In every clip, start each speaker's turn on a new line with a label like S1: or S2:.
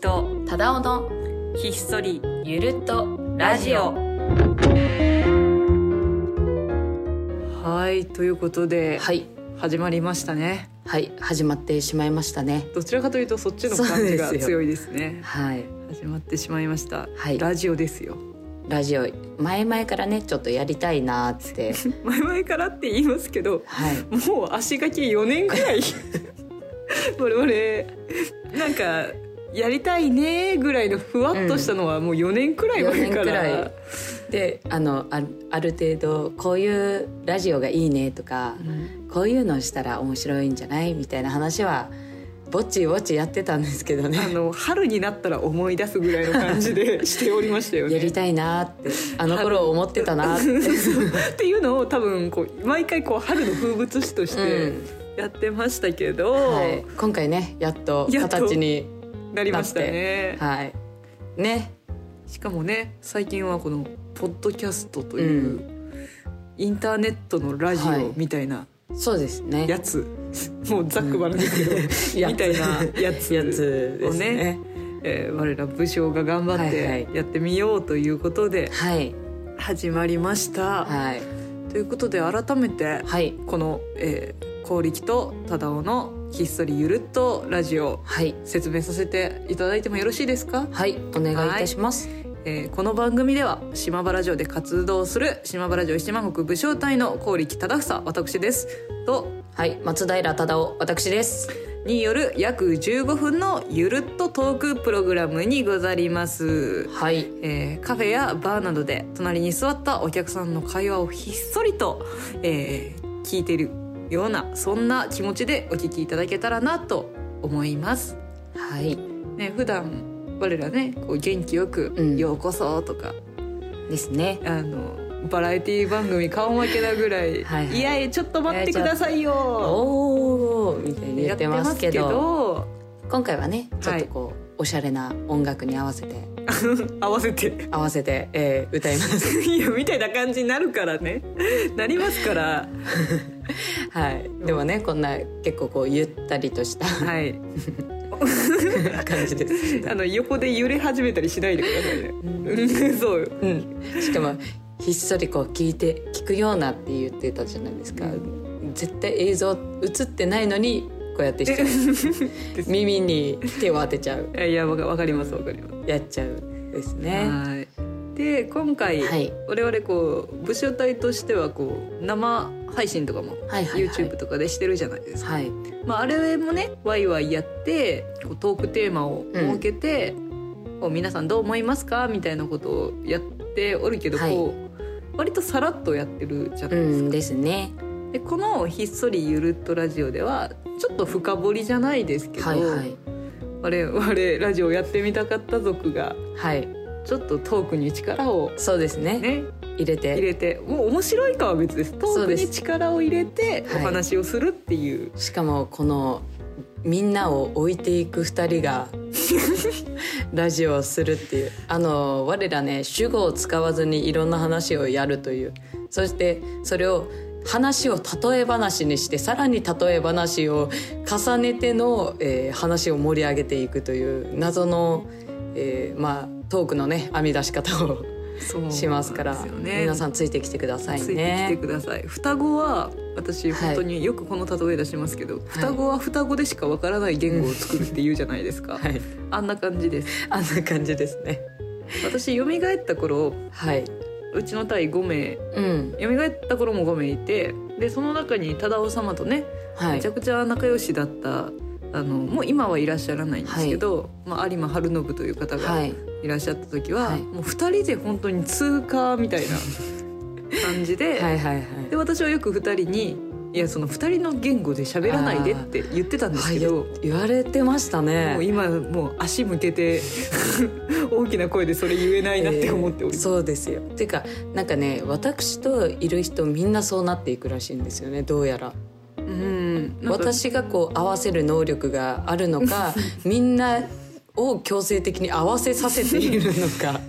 S1: と
S2: 忠雄の
S1: ひっそり
S2: ゆるっと
S1: ラジオはいということで
S2: はい
S1: 始まりましたね
S2: はい始まってしまいましたね
S1: どちらかというとそっちの感じが
S2: そうですよ
S1: 強いですね
S2: はい
S1: 始まってしまいました、
S2: はい
S1: ラジオですよ
S2: ラジオ前々からねちょっとやりたいなーって
S1: 前々からって言いますけど
S2: はい
S1: もう足掛け4年くらい我々なんかやりたいねぐらいのふわっとしたのはもう4年くらい前から、
S2: うん4年くらいであのあある程度こういうラジオがいいねとか
S1: うん
S2: こういうのしたら面白いんじゃないみたいな話はぼっちぼっちやってたんですけどね
S1: あの春になったら思い出すぐらいの感じでしておりましたよね。
S2: やりたいなーってあの頃思ってたなーって
S1: っていうのを多分こう毎回こう春の風物詩とし
S2: う
S1: て
S2: ん
S1: やってましたけど、
S2: はい、今回ねやっと
S1: やっと
S2: 形に
S1: なりましたね。
S2: はいね
S1: しかもね最近はこのポッドキャストという、
S2: う
S1: インターネットのラジ
S2: はい
S1: オみたいな
S2: そうですね
S1: やつ、 もうざっくばらんですけ ど、
S2: やつ
S1: みたいなやつ
S2: やつですね
S1: えー我ら武将が頑張っ
S2: はい
S1: て
S2: はい
S1: やってみようということで
S2: はい
S1: 始まりました。
S2: はい
S1: ということで改めて
S2: はい
S1: この「えー、光力と忠雄のひっそりゆるっとラジオ」
S2: はい
S1: 説明させていただいてもよろしいですか、
S2: はいお願いいたします
S1: えーこの番組では島原城で活動する島原城七万国武将隊の光力忠房私ですと
S2: はい、松平忠夫私です
S1: による約15分のゆるっとトークプログラムにござります。
S2: はい
S1: えーカフェやバーなどで隣に座ったお客さんの会話をひっそりと、えー聞いてるようなそんな気持ちでお聞きいただけたらなと思います。
S2: はい
S1: ね、普段我らねこう元気よく「
S2: うん
S1: ようこそ」とか、
S2: ですね
S1: あのバラエティ番組顔負けなぐらい「
S2: はいはい
S1: いやいやちょっと待ってくださいよ」
S2: おおみたいに言ってますけど
S1: やってま
S2: 今回はねちょっ
S1: はい
S2: とこう、おしゃれな音楽に合わせて
S1: すけど合わせて
S2: 合わせて、えー歌います
S1: いやみたいな感じになるからねなりますから
S2: はいでもねこんな結構こうゆったりとした
S1: はい。
S2: 感じですけど
S1: あの横で揺れ始めたりしないでくださいね。うん、 そう よ。
S2: うん、しかもひっそりこう聞いて聞くようなって言ってたじゃないですか、
S1: う
S2: 絶対映像映ってないのにこうやってしちゃう 耳に手を当てちゃう
S1: いや、わかわかります、わかります。
S2: やっちゃうですね。
S1: はい。で、今回、
S2: はい
S1: 我々こう武将隊としてはこう生配信とかも。
S2: はいはい、はい、
S1: YouTube とかでしてるじゃないですか、
S2: はい
S1: まあ、あれもねワイワイやってこうトークテーマを設けて、こう皆さんどう思いますかみたいなことをやっておるけど、
S2: はい
S1: こう割とさらっとやってるじゃな
S2: う
S1: いですか
S2: ん、ですね。
S1: でこの「ひっそりゆるっとラジオ」ではちょっと深掘りじゃないですけど、
S2: はいはい
S1: 我々ラジオやってみたかった族が
S2: はい
S1: ちょっとトークに力を
S2: そうですね
S1: ね
S2: 入れて
S1: 入れてもう面白いかは別ですト
S2: そ
S1: ー
S2: う
S1: ク
S2: です
S1: に力を入れてお
S2: はい
S1: 話をするっていう
S2: しかもこのみんなを置いていく二人が ラジオをするっていうあの我らね主語を使わずにいろんな話をやるというそしてそれを話を例え話にしてさらに例え話を重ねての、えー話を盛り上げていくという謎の、えーまあ、トークのね編み出し方を
S1: そう
S2: しますから
S1: なんですよね、
S2: 皆さんついてきてください
S1: ついてきて
S2: ね。
S1: ください双子は私
S2: はい
S1: 本当によくこの例え出しますけど、双子は双子でしかわからない言語を作るっていうじゃないですか、
S2: はい、
S1: あんな感じです
S2: あんな感じですね。
S1: 私蘇った頃
S2: はい、
S1: うちの隊5名
S2: うん、
S1: 蘇った頃も5名いてでその中に忠雄様とね
S2: は
S1: め
S2: い
S1: ちゃ、くちゃ仲良しだった、あのもう今はいらっしゃらないんですけど、まあ、有馬晴信という方
S2: は
S1: が
S2: い、
S1: いらっしゃった時は、
S2: はい
S1: もう2人で本当に通過みたいな感じで,、
S2: はいはいはい
S1: で私はよく2人に「いやその2人の言語で喋らないで」って言ってたんです
S2: は
S1: け
S2: い
S1: ど。
S2: 言言われてました
S1: もう
S2: ね
S1: 今もう足向けて 大きな声でそれ言えないなって思っております、
S2: そうですよていうかなんかね私といる人みんなそうなっていくらしいんですよねどうやら
S1: うんなんか
S2: 私がこう合わせる能力があるの かみんなを強制的に合わせさせてい るのか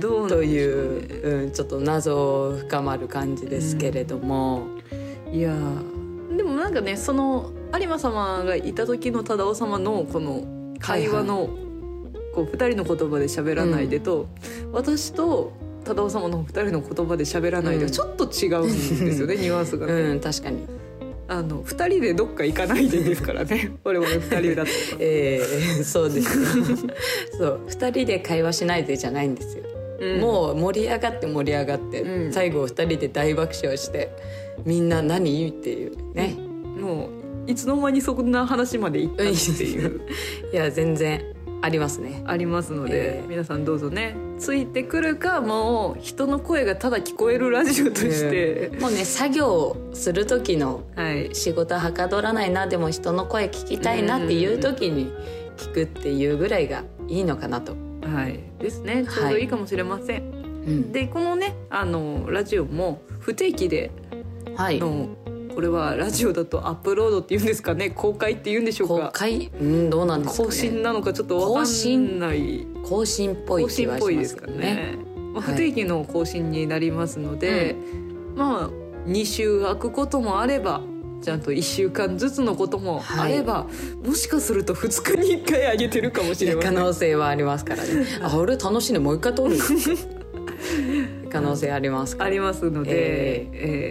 S1: どうなん
S2: と
S1: でし
S2: い
S1: ょうね
S2: う、うん、ちょっと謎を深まる感じですけれども、
S1: いやーでもなんかねその有馬様がいた時の忠雄様のこの会話のこう2人の言葉で喋らないでと、私と忠夫様の2人の言葉で喋らないで
S2: う
S1: は
S2: ん
S1: ちょっと違うんです よね、ニュアンスがね、
S2: うん確かに
S1: あの2人でどっか行かないでですか らね我々2人だと
S2: ええそうですよ そう二人で会話しないでじゃないんですよ、も
S1: も
S2: う盛り上がって盛り上がって、
S1: うん
S2: 最後二人で大爆笑してみんな何っていうね、
S1: うもういつの間にそんな話まで行ったっていう
S2: いや全然あります ね
S1: ありますので、
S2: ええ
S1: 皆さんどうぞねついてくるかもう人の声がただ聞こえるラジオとして、
S2: もうね作業する時の
S1: はい
S2: 仕事はかどらないなでも人の声聞きたいなっていう時に聞くっていうぐらいがいいのかなと、
S1: はいですねちょうどいいかもしれません、
S2: うん
S1: でこのねあのラジオも不定期で
S2: はい
S1: のこれはラジオだとアップロードっていうんですかね公開っていうんでしょう
S2: 公
S1: か
S2: 開うんどうなんですかね
S1: 更新なのかちょっとわかんない
S2: 更新っぽい
S1: 更
S2: 気
S1: 新
S2: は
S1: っ
S2: し
S1: ぽい
S2: ま
S1: ですす
S2: け
S1: か
S2: ど
S1: ら
S2: ね
S1: ねまあ
S2: はい
S1: 不定期の更新になりますので、まあ2週空くこともあればちゃんと1週間ずつのこともあれば、もしかすると2日に1回上げてるかもし
S2: い
S1: れ
S2: や
S1: ませ
S2: 可
S1: ん
S2: 能性はありますからね あ俺楽しいねもう一回撮る可能性ありますか
S1: あ
S2: ら
S1: りますので、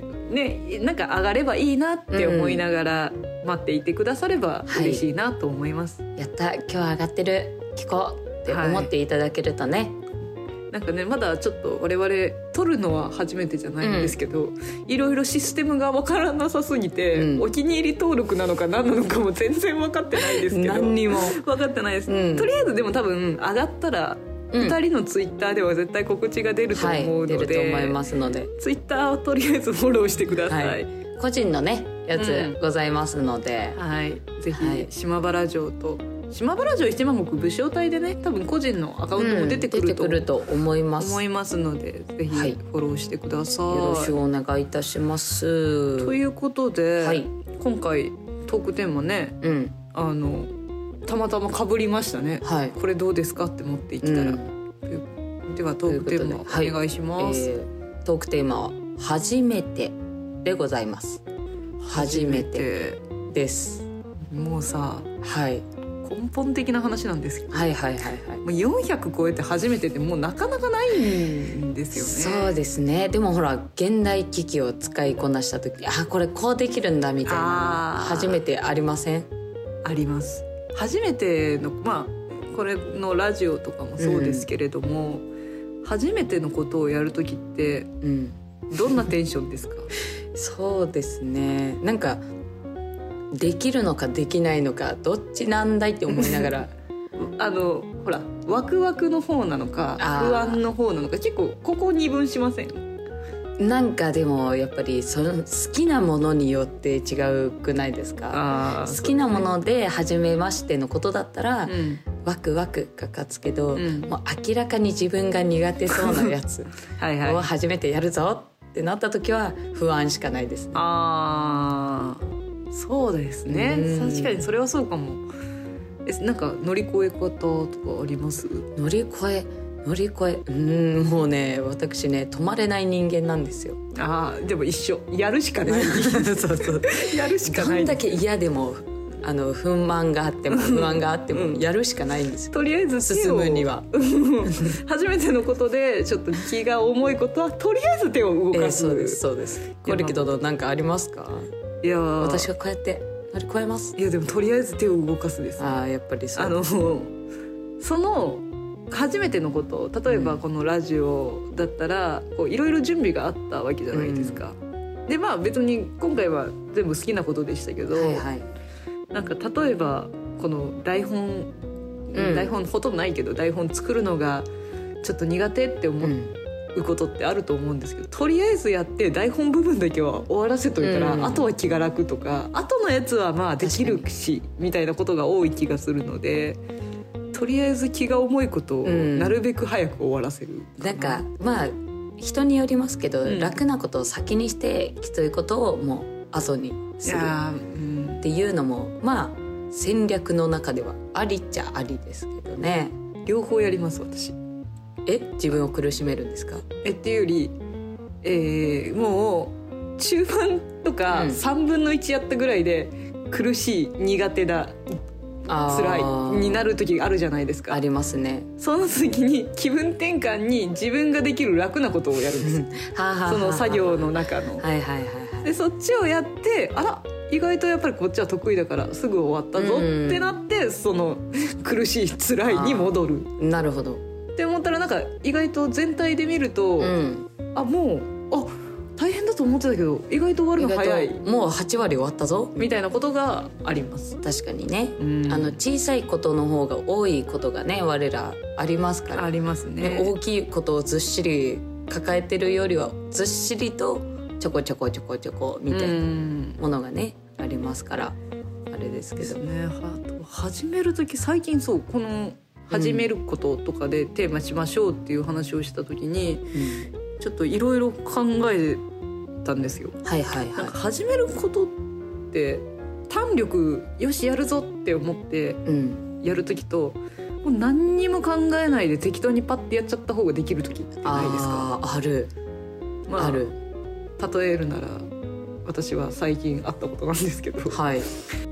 S1: えーね、なんか上がればいいなって思いながら待っていてくだされば
S2: はい
S1: 嬉しいなと思います。
S2: やった今日上がってる聞こうって思っていただけるとね、
S1: なんかねまだちょっと我々撮るのは初めてじゃないんですけど、いろいろシステムがわからなさすぎて、
S2: うん
S1: お気に入り登録なのか何なのかも全然分かってないですけど
S2: 何にも
S1: 分かってないです、
S2: うん
S1: とりあえずでも多分上がったら
S2: うん
S1: 2人のツイッターでは絶対告知が出ると
S2: はい
S1: 思う
S2: 出
S1: の
S2: ると
S1: で、
S2: 思いますので
S1: ツイッターをとりあえずフォローしてください。
S2: は
S1: はいい
S2: 個人のねやつ
S1: うん
S2: ございますので、
S1: ぜ
S2: はい
S1: ひ島原城と島原城一万石武将隊でね多分個人のアカウントも出てくると
S2: うん出てくると思います
S1: 思いますのでぜひ
S2: はい
S1: フォローしてください。
S2: よろしくお願いいたします
S1: ということで、
S2: はい
S1: 今回トークテーマね
S2: うん
S1: あのたまたまかぶりましたね、
S2: はい
S1: これどうですかって持っていったら、
S2: うん
S1: というではトークテーマ
S2: ということではい
S1: お願いし
S2: え
S1: ます、
S2: ー、トークテーマは「初めて」でございます初めてです
S1: もうさ
S2: はい
S1: 根本的な話なんですけど
S2: はいはいはいはい
S1: もう400超えて初めてってもうなかなかないんですよね
S2: そうですねでもほら現代機器を使いこなした時あこれこうできるんだみたいな
S1: あー
S2: 初めてありません
S1: あります初めてのまあこれのラジオとかもそうですけれども、初めてのことをやる時って
S2: うん
S1: どんなテンションですか
S2: そうですねなんかできるのかできないのかどっちなんだいって思いなが ら
S1: あのほらワクワクの方なのか
S2: あー
S1: 不安の方なのか結構ここ二分しません
S2: なんかでもやっぱりその好きなものによって違うくないですか
S1: あ
S2: 好きなもので初めましてのことだったら、
S1: うん
S2: ワクワクが勝つけど、
S1: うん
S2: もう明らかに自分が苦手そうなやつ
S1: はいはい
S2: を初めてやるぞってなった時は不安しかないですね。
S1: あーそうですね
S2: うん
S1: 確かにそれはそうかもえなんか乗り越え方とかあります
S2: 乗り越え乗り越えうーんもうね私ね止まれない人間なんですよ。
S1: あーでも一緒やるしかない
S2: そうそう
S1: やるしか
S2: ど
S1: ない
S2: んだけ嫌でもあの不満があっても不安があって
S1: う
S2: も
S1: ん
S2: やるしかないんですよ
S1: とりあえず手
S2: 進
S1: を
S2: むには。
S1: 初めてのことでちょっと気が重いことはとりあえず手を動
S2: えー
S1: かす、
S2: そうですそうです。コルキ殿なんかありますか？
S1: いやー
S2: 私がこうやって乗り越えます。
S1: いやでもとりあえず手を動かすです
S2: ああやっぱりそう。
S1: あのその初めてのこと例えばこのラジオだったらこういろいろ準備があったわけじゃないですか。でまあ別に今回は全部好きなことでしたけど、
S2: はいはい。
S1: なんか例えばこの台本、
S2: うん
S1: 台本ほとんどないけど台本作るのがちょっと苦手って
S2: う
S1: 思
S2: ん
S1: うことってあると思うんですけど、とりあえずやって台本部分だけは終わらせといたら、
S2: うん
S1: あとは気が楽とかあとのやつはまあできるしみたいなことが多い気がするのでとりあえず気が重いことを
S2: うん
S1: なるべく早く終わらせるかな、
S2: なんかまあ人によりますけど、
S1: うん
S2: 楽なことを先にしてきついことをもう後に
S1: い
S2: するっ
S1: やーうん
S2: ていうのもまあ戦略の中ではありっちゃありですけどね
S1: 両方やります私。
S2: え自分を苦しめるんですか
S1: えっていうより、えーもう中盤とか
S2: うん
S1: 3分の1やったぐらいで苦しい苦手だ
S2: あー
S1: 辛いになる時あるじゃないです
S2: あ
S1: か
S2: りますね。
S1: その時に気分転換に自分ができる楽なことをやるんです
S2: はあはあはあ
S1: その作業の中の
S2: はいはいはいは
S1: でそっちをやってあら意外とやっぱりこっちは得意だからすぐ終わったぞ
S2: うん
S1: ってなってその苦しい辛いに戻る
S2: い。なるほど。
S1: って思ったらなんか意外と全体で見ると、
S2: うん。
S1: あもうあ大変だと思ってたけど意外と終わる
S2: 意
S1: の早
S2: 外
S1: い
S2: ともう八割終わったぞ。
S1: みたいなことがあります。
S2: 確かにね。
S1: うん
S2: あの小さいことの方が多いことがね我らありますから
S1: あります
S2: ね、
S1: ね
S2: 大きいことをずっしり抱えてるよりはずっしりとちょこちょこちょこちょこみたいな
S1: うん
S2: ものがね、ありますからあれですけ
S1: です
S2: ど
S1: ねあと始める時最近そうこの始めることとかでテーマしましょうっていう話をした時にちょっといろいろ考えたんですよ。
S2: はいはい
S1: なん
S2: は
S1: か始めることって胆力よしやるぞって思って
S2: い、うん、
S1: やる時ともう何にも考えないで適当にパッてやっちゃった方ができる時ってないですか
S2: あーある、
S1: ま
S2: あ、る
S1: 例えるなら私は最近あったことなんですけど
S2: はい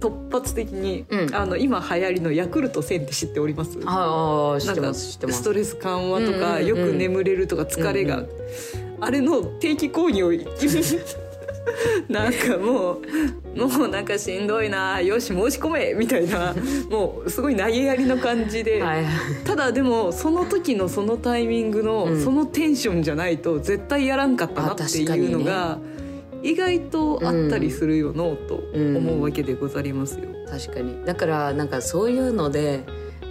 S1: 突発的に、
S2: うん
S1: あの今流行りのヤクルト1000って知っております
S2: ああ知
S1: な
S2: っ
S1: ん
S2: て
S1: か
S2: ます知ってま
S1: ス
S2: す
S1: トレス緩和とか、
S2: うんうんうん
S1: よく眠れるとか疲れが、
S2: うん
S1: あれの定期購入を なんかもうもうなんかしんどいなよし申し込めみた いなもうすごい投げやりの感じで、
S2: はい
S1: ただでもその時のそのタイミングの、
S2: うん
S1: そのテンションじゃないと絶対やらんかったなっていうのが、意外とあったりするよのうと思うわけでござりますよ。
S2: 確かにだからなんかそういうので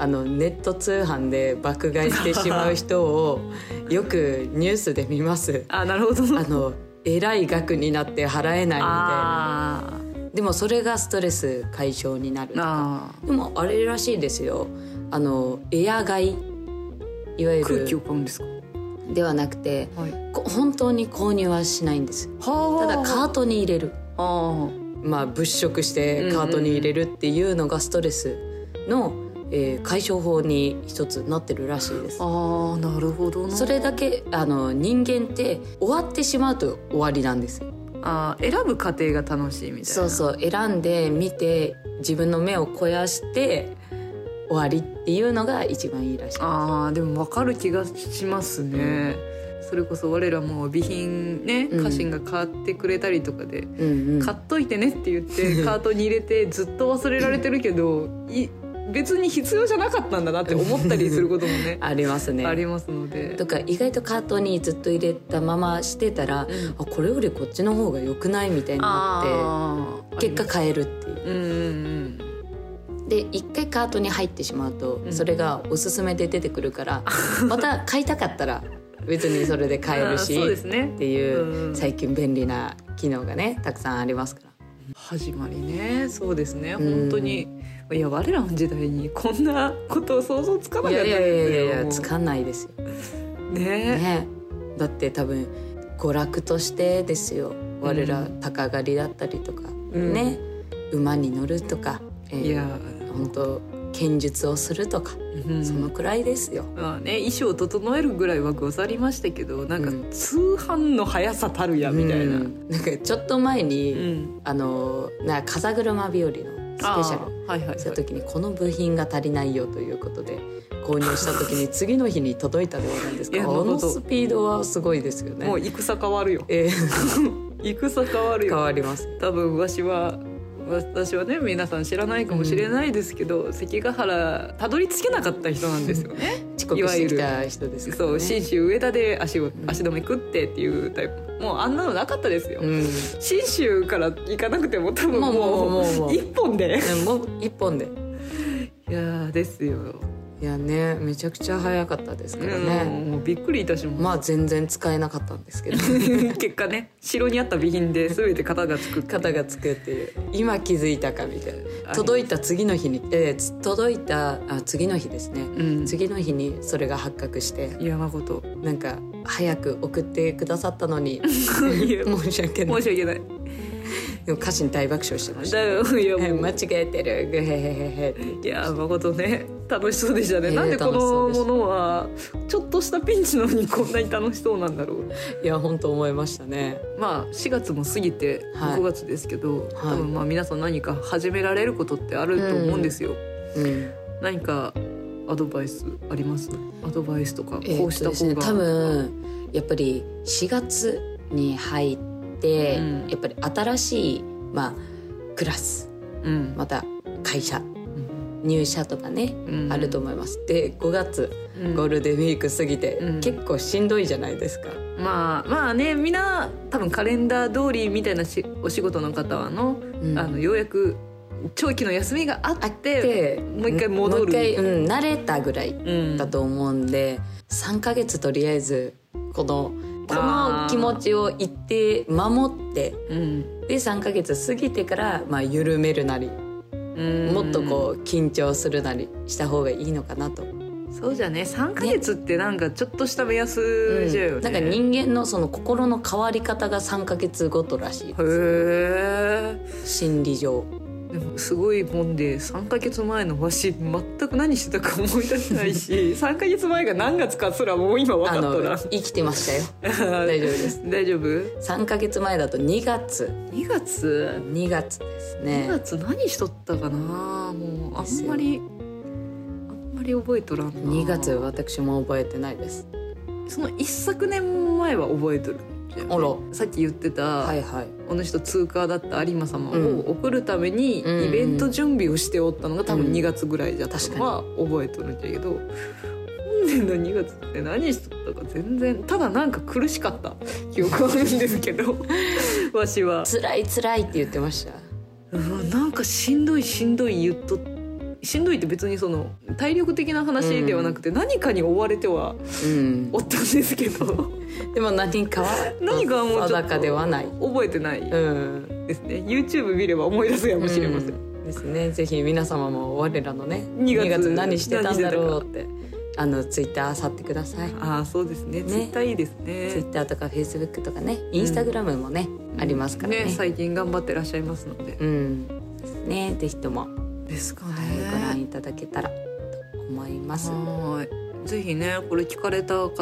S2: あのネット通販で爆買いしてしまう人をよくニュースで見ます
S1: あなるほど
S2: あ のえらい額になって払えないみたいな
S1: あー
S2: でもそれがストレス解消になるとか
S1: あ
S2: でもあれらしいですよあのエア買いいわゆ
S1: ー空気を
S2: る
S1: 買うんですか、
S2: ではなくて
S1: はい、
S2: こ本当に購入はしないんですただカートに入れる
S1: あ
S2: まあ物色してカートに入れるっていうのがストレスの、えー解消法に一つなってるらしいです
S1: あーなるほどな
S2: それだけあの人間って終わってしまうと終わりなんです
S1: あー選ぶ過程が楽しいみたいな
S2: そうそう選んで見て自分の目を肥やして終わりっていうのが一番いいらしい
S1: あーでも分かる気がしますね、それこそ我らも備品ね
S2: うん
S1: 家臣が買ってくれたりとかで、
S2: うんうん
S1: 買っといてねって言 ってカートに入れてずっと忘れられてるけどい別に必要じゃなかったんだなって思ったりすることも ね
S2: ありますね
S1: ありますので
S2: とか意外とカートにずっと入れたまましてたら、
S1: ん
S2: あこれよりこっちの方が良くないみたいにな
S1: あ
S2: って結
S1: 果
S2: 果変えるっていう
S1: うんうん
S2: で一回カートに入ってしまうと、
S1: うん
S2: それがおすすめで出てくるから また買いたかったら別にそれで買えるし
S1: あーそうです
S2: っ
S1: ね
S2: ていう
S1: うん
S2: 最近便利な機能がねたくさんありますから。
S1: 始まりねそうですね
S2: うん
S1: 本当にいや我らの時代にこんなこと想像つかないかっ
S2: や
S1: た
S2: いやいやいや
S1: です
S2: つ
S1: よ
S2: かないですよ、
S1: もうね
S2: ね、だって多分娯楽としてですよ我ら鷹狩りだったりとか、
S1: うん
S2: ね馬に乗るとか、えー
S1: いや
S2: 本当剣術をするとか、
S1: うん
S2: そのくらいですよ。
S1: まあね衣装を整えるぐらいはござりましたけどなんか
S2: うん
S1: 通販の速さたるやみたいな、
S2: う
S1: うん
S2: んなんかちょっと前に、
S1: うん、
S2: あのな風車日和のスペシャル
S1: ルはいはい、はい、
S2: した時にこの部品が足りないよということで購入した時に次の日に届いたではないです
S1: い
S2: か
S1: や
S2: こ
S1: な
S2: の
S1: るほど
S2: スピードはすごいですよね
S1: もう戦変わるよ
S2: えー
S1: 戦変わる
S2: 変
S1: よ
S2: わります
S1: 多分わしは私はね皆さん知らないかもしれないですけど、関ヶ原たどり着けなかった人なんですよね
S2: 遅刻してきた人ですから
S1: そ
S2: ね
S1: う信州上田で足を足止め食ってっていうタイプもうあんなのなかったですよ、
S2: う
S1: 信州から行かなくても多分
S2: もう
S1: もう
S2: もうもうもう
S1: 一本で
S2: んもう一本で
S1: いやーですよ、
S2: いやねめちゃくちゃ早かったですからね
S1: うんもうびっくりいたします、
S2: まあ全然使えなかったんですけど
S1: 結果ね城にあった備品で全て型がつく
S2: 肩がつくっていう今気づいたかみたいな
S1: あ
S2: 届いた次の日に、えーつ届いたあ次の日ですね、
S1: うん
S2: 次の日にそれが発覚して
S1: 山こと
S2: なんか早く送ってくださったの に
S1: いや
S2: 申し訳 ない
S1: 申し訳ない
S2: でも歌詞に大爆笑してました
S1: だよいや
S2: え
S1: もう
S2: 間違えてるグへへへへって
S1: いや誠ね楽しそうでしたね、
S2: ええ
S1: なんでこ
S2: 楽しそう
S1: の
S2: でし
S1: も
S2: た
S1: のはちょっとしたピンチなのにこんなに楽しそうなんだろう
S2: いや本当思いましたね
S1: まあ4月も過ぎて
S2: はい
S1: 5月ですけど、
S2: はい
S1: 多分まあ皆さん何か始められることってあると思うんですよ、
S2: うん
S1: 何かアドバイスありますアドバイスとか
S2: えー
S1: こうし
S2: そう
S1: た方
S2: ですね
S1: が、
S2: 多分やっぱり4月に入って、
S1: うん
S2: やっぱり新しい、まあ、クラス
S1: うん
S2: また会社入社とかね、
S1: うん
S2: あると思いますで5月
S1: うん
S2: ゴールデンウィーク過ぎて、
S1: うん
S2: 結構しんどいじゃないですか。
S1: まあまあねみんな多分カレンダー通りみたいなしお仕事の方はの,、
S2: うん
S1: あのようやく長期の休みがあって
S2: で
S1: もう一回戻る
S2: もう一回、うん、慣れたぐらい
S1: うん
S2: だと思うんで、3ヶ月とりあえずこのこの気持ちを一定守って
S1: うん
S2: で3ヶ月過ぎてから、まあ、緩めるなり
S1: うん
S2: もっとこう緊張するなりした方がいいのかなと、
S1: そうじゃね3か月ってなんかちょっとした目安じゃよね、
S2: なんか人間のその心の変わり方が3ヶ月ごとらしい
S1: へえ
S2: 心理上
S1: でもすごいもんで3ヶ月前のわし全く何してたか思い出せないし 3ヶ月前が何月かすらもう今分
S2: あ
S1: か
S2: の
S1: った
S2: 生きてましたよ
S1: な
S2: 大丈夫です
S1: 大丈夫
S2: 3ヶ月前だと2月
S1: 2月
S2: 2月です
S1: 2
S2: ね
S1: 月何しとったかなもうあんまりあんまり覚えとらんな
S2: 2月私も覚えてないです
S1: その一昨年前は覚えとるんじゃん
S2: あら
S1: さっき言ってた、
S2: はいはい
S1: この人通過だった有馬様
S2: うん
S1: を送るためにイ
S2: うんうん
S1: ベント準備をしておったのが多
S2: う
S1: 分
S2: ん
S1: 2月ぐらいじゃったのは覚えとるんだけど本年の2月って何しとったか全然ただなんか苦しかった記憶はあるんですけ どわしは、
S2: 辛い辛いって言ってました
S1: うんなんかしんどいしんどい言っとしんどいって別にその体力的な話ではなくて何かに追われては
S2: うん
S1: おったんですけど
S2: でも何かは
S1: 何かはもうちょっと
S2: 定かではない
S1: 覚えてない
S2: うん
S1: ですね YouTube 見れば思い出すかもしれません
S2: うんですねぜひ皆様も我らのね
S1: 2
S2: 2
S1: 月
S2: 月何してたんだろうってあのツイッター漁ってください、
S1: ああそうですね
S2: ね
S1: ツイッターいいです
S2: ツイ
S1: ね
S2: ッターとかフェイスブックとかねインスタグラムもね、ありますからね
S1: 最近頑張ってらっしゃいますので
S2: うんねぜひとも、はい、
S1: ですか
S2: ご覧いただけたらと思います、
S1: はーいぜひねこれ聞かれた方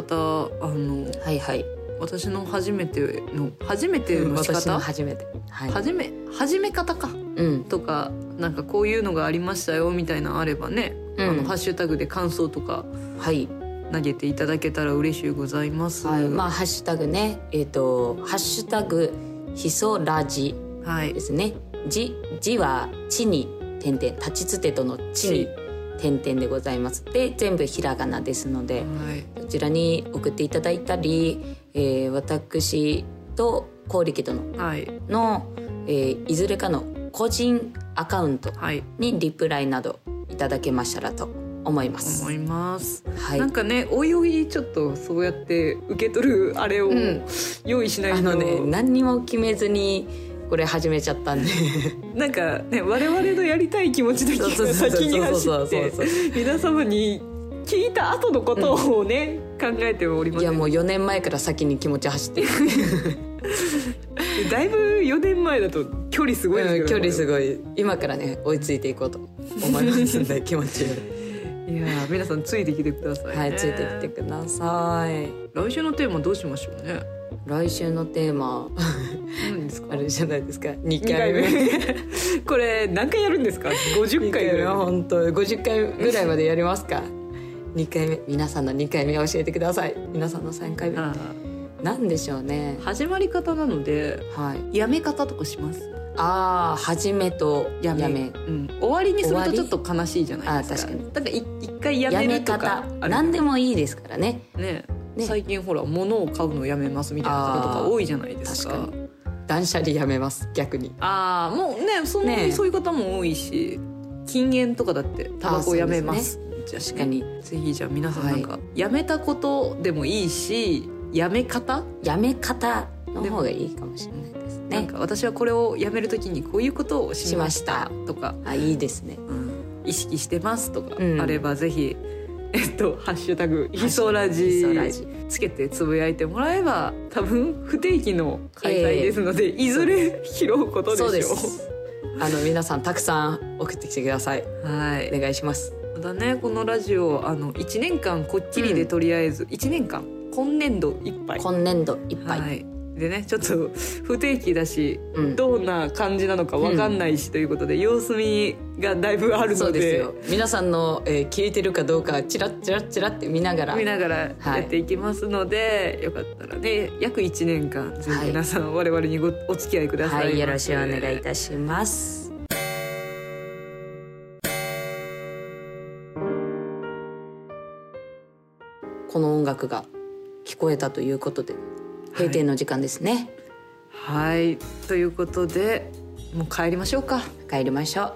S1: あの
S2: はいはい
S1: 私の初めての初めての仕
S2: 私の
S1: 方
S2: 初めてはい、
S1: 初め始め方か
S2: うん
S1: とかなんかこういうのがありましたよみたいなのあればね、
S2: うん
S1: あのハッシュタグで感想とか
S2: はい
S1: 投げていただけたら嬉しいございます。
S2: はい、まあハッシュタグね、えっ、とハッシュタグひそラジ
S1: はい
S2: ですね。じじは地に点々立ちつてとの地に点々でございます。で全部ひらがなですので、
S1: はい
S2: そちらに送っていただいたり、えー私とコーリケとの
S1: はい
S2: の、えーいずれかの個人アカウント
S1: はい
S2: にリプライなどいただけましたらと思います。
S1: 思います。
S2: はい
S1: なん。かねおいおいちょっとそうやって受け取るあれを
S2: うん
S1: 用意しないと、
S2: あのね何にも決めずにこれ始めちゃった んで
S1: なんかね我々のやりたい気持ちだけが先に走って皆様に聞いた後のことをね、考えておりま
S2: い
S1: す
S2: やもう4年前から先に気持ち走ってる、
S1: だいぶ4年前だと距離すごいですけ
S2: うん
S1: ど
S2: 距離す
S1: ご
S2: ごい今からね追いついていこうと思いますんで気持ちを
S1: いいやー皆さんついてきてください、ね、
S2: はいついてきてください
S1: 来週のテーマどうしましょうね
S2: 来週のテーマ
S1: 何ですか
S2: あれじゃないですか2
S1: 2
S2: 回
S1: 回
S2: 目
S1: 目 これ何回やるんですか50
S2: 2
S1: 回
S2: 回
S1: ぐ
S2: 目
S1: ら
S2: はい本当50回ぐらいまでやりますか2回目皆さんの2回目教えてください皆さんの3回目
S1: あ
S2: なんでしょうね
S1: ー始まり方なので
S2: はい
S1: やめ方とかします
S2: ああ始めとやめ
S1: うん、終わりにするとちょっと悲しいじゃないですか
S2: 終わり
S1: だからい一回や
S2: や
S1: め
S2: め
S1: るとか
S2: 方
S1: ある
S2: 何でもいいですからね
S1: ね
S2: ね
S1: 最近ほら物を買うのをやめますみたいな方とか多いじゃないですか
S2: あー確か断捨離やめます逆に
S1: ああもうねそんな
S2: ね
S1: にそういう方も多いし、禁煙とかだってタバコをやめますじゃあ
S2: 確かに
S1: ぜひじゃあ皆さん
S2: は
S1: ないんかやめたことでもいいしやめ方、
S2: やめ方の方がいいかもしれないです
S1: なん
S2: ね
S1: か私はこれをやめるときにこういうことをしました
S2: し
S1: とか
S2: あいいですね
S1: 意識してますとか
S2: うん
S1: あればぜひ、えっと「ハッシュタグひそラ
S2: ひ
S1: ジ
S2: そラジ」
S1: つけてつぶやいてもらえば多分不定期の開催ですので、いずれ拾うことでし
S2: そ
S1: ょ
S2: ううですあの皆さんたくさん送ってきてください
S1: はい
S2: お願いします
S1: まだねこのラジオあの1年間こっきりでとりあえず、一1年間今年度いっぱい
S2: 今年度いっぱい、
S1: はいでねちょっと不定期だし、
S2: うん
S1: どんな感じなのかわかんないしということで、様子見がだいぶある
S2: そ
S1: の
S2: う
S1: で
S2: ですよ皆さんの、えー聞いてるかどうかチラッチラッチラって見ながら
S1: 見ながらやっていきますので、よかったらね約1年間ぜひ皆さん我々にごお付き合いくださいませ、
S2: はい、よろしくお願いいたします。この音楽が聞こえたということで、閉店の時間ですね。
S1: はいということでもう帰りましょうか
S2: 帰りましょう。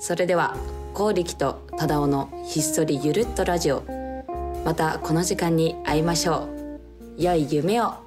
S2: それでは、光力と忠雄のひっそりゆるっとラジオ。またこの時間に会いましょう。良い夢を。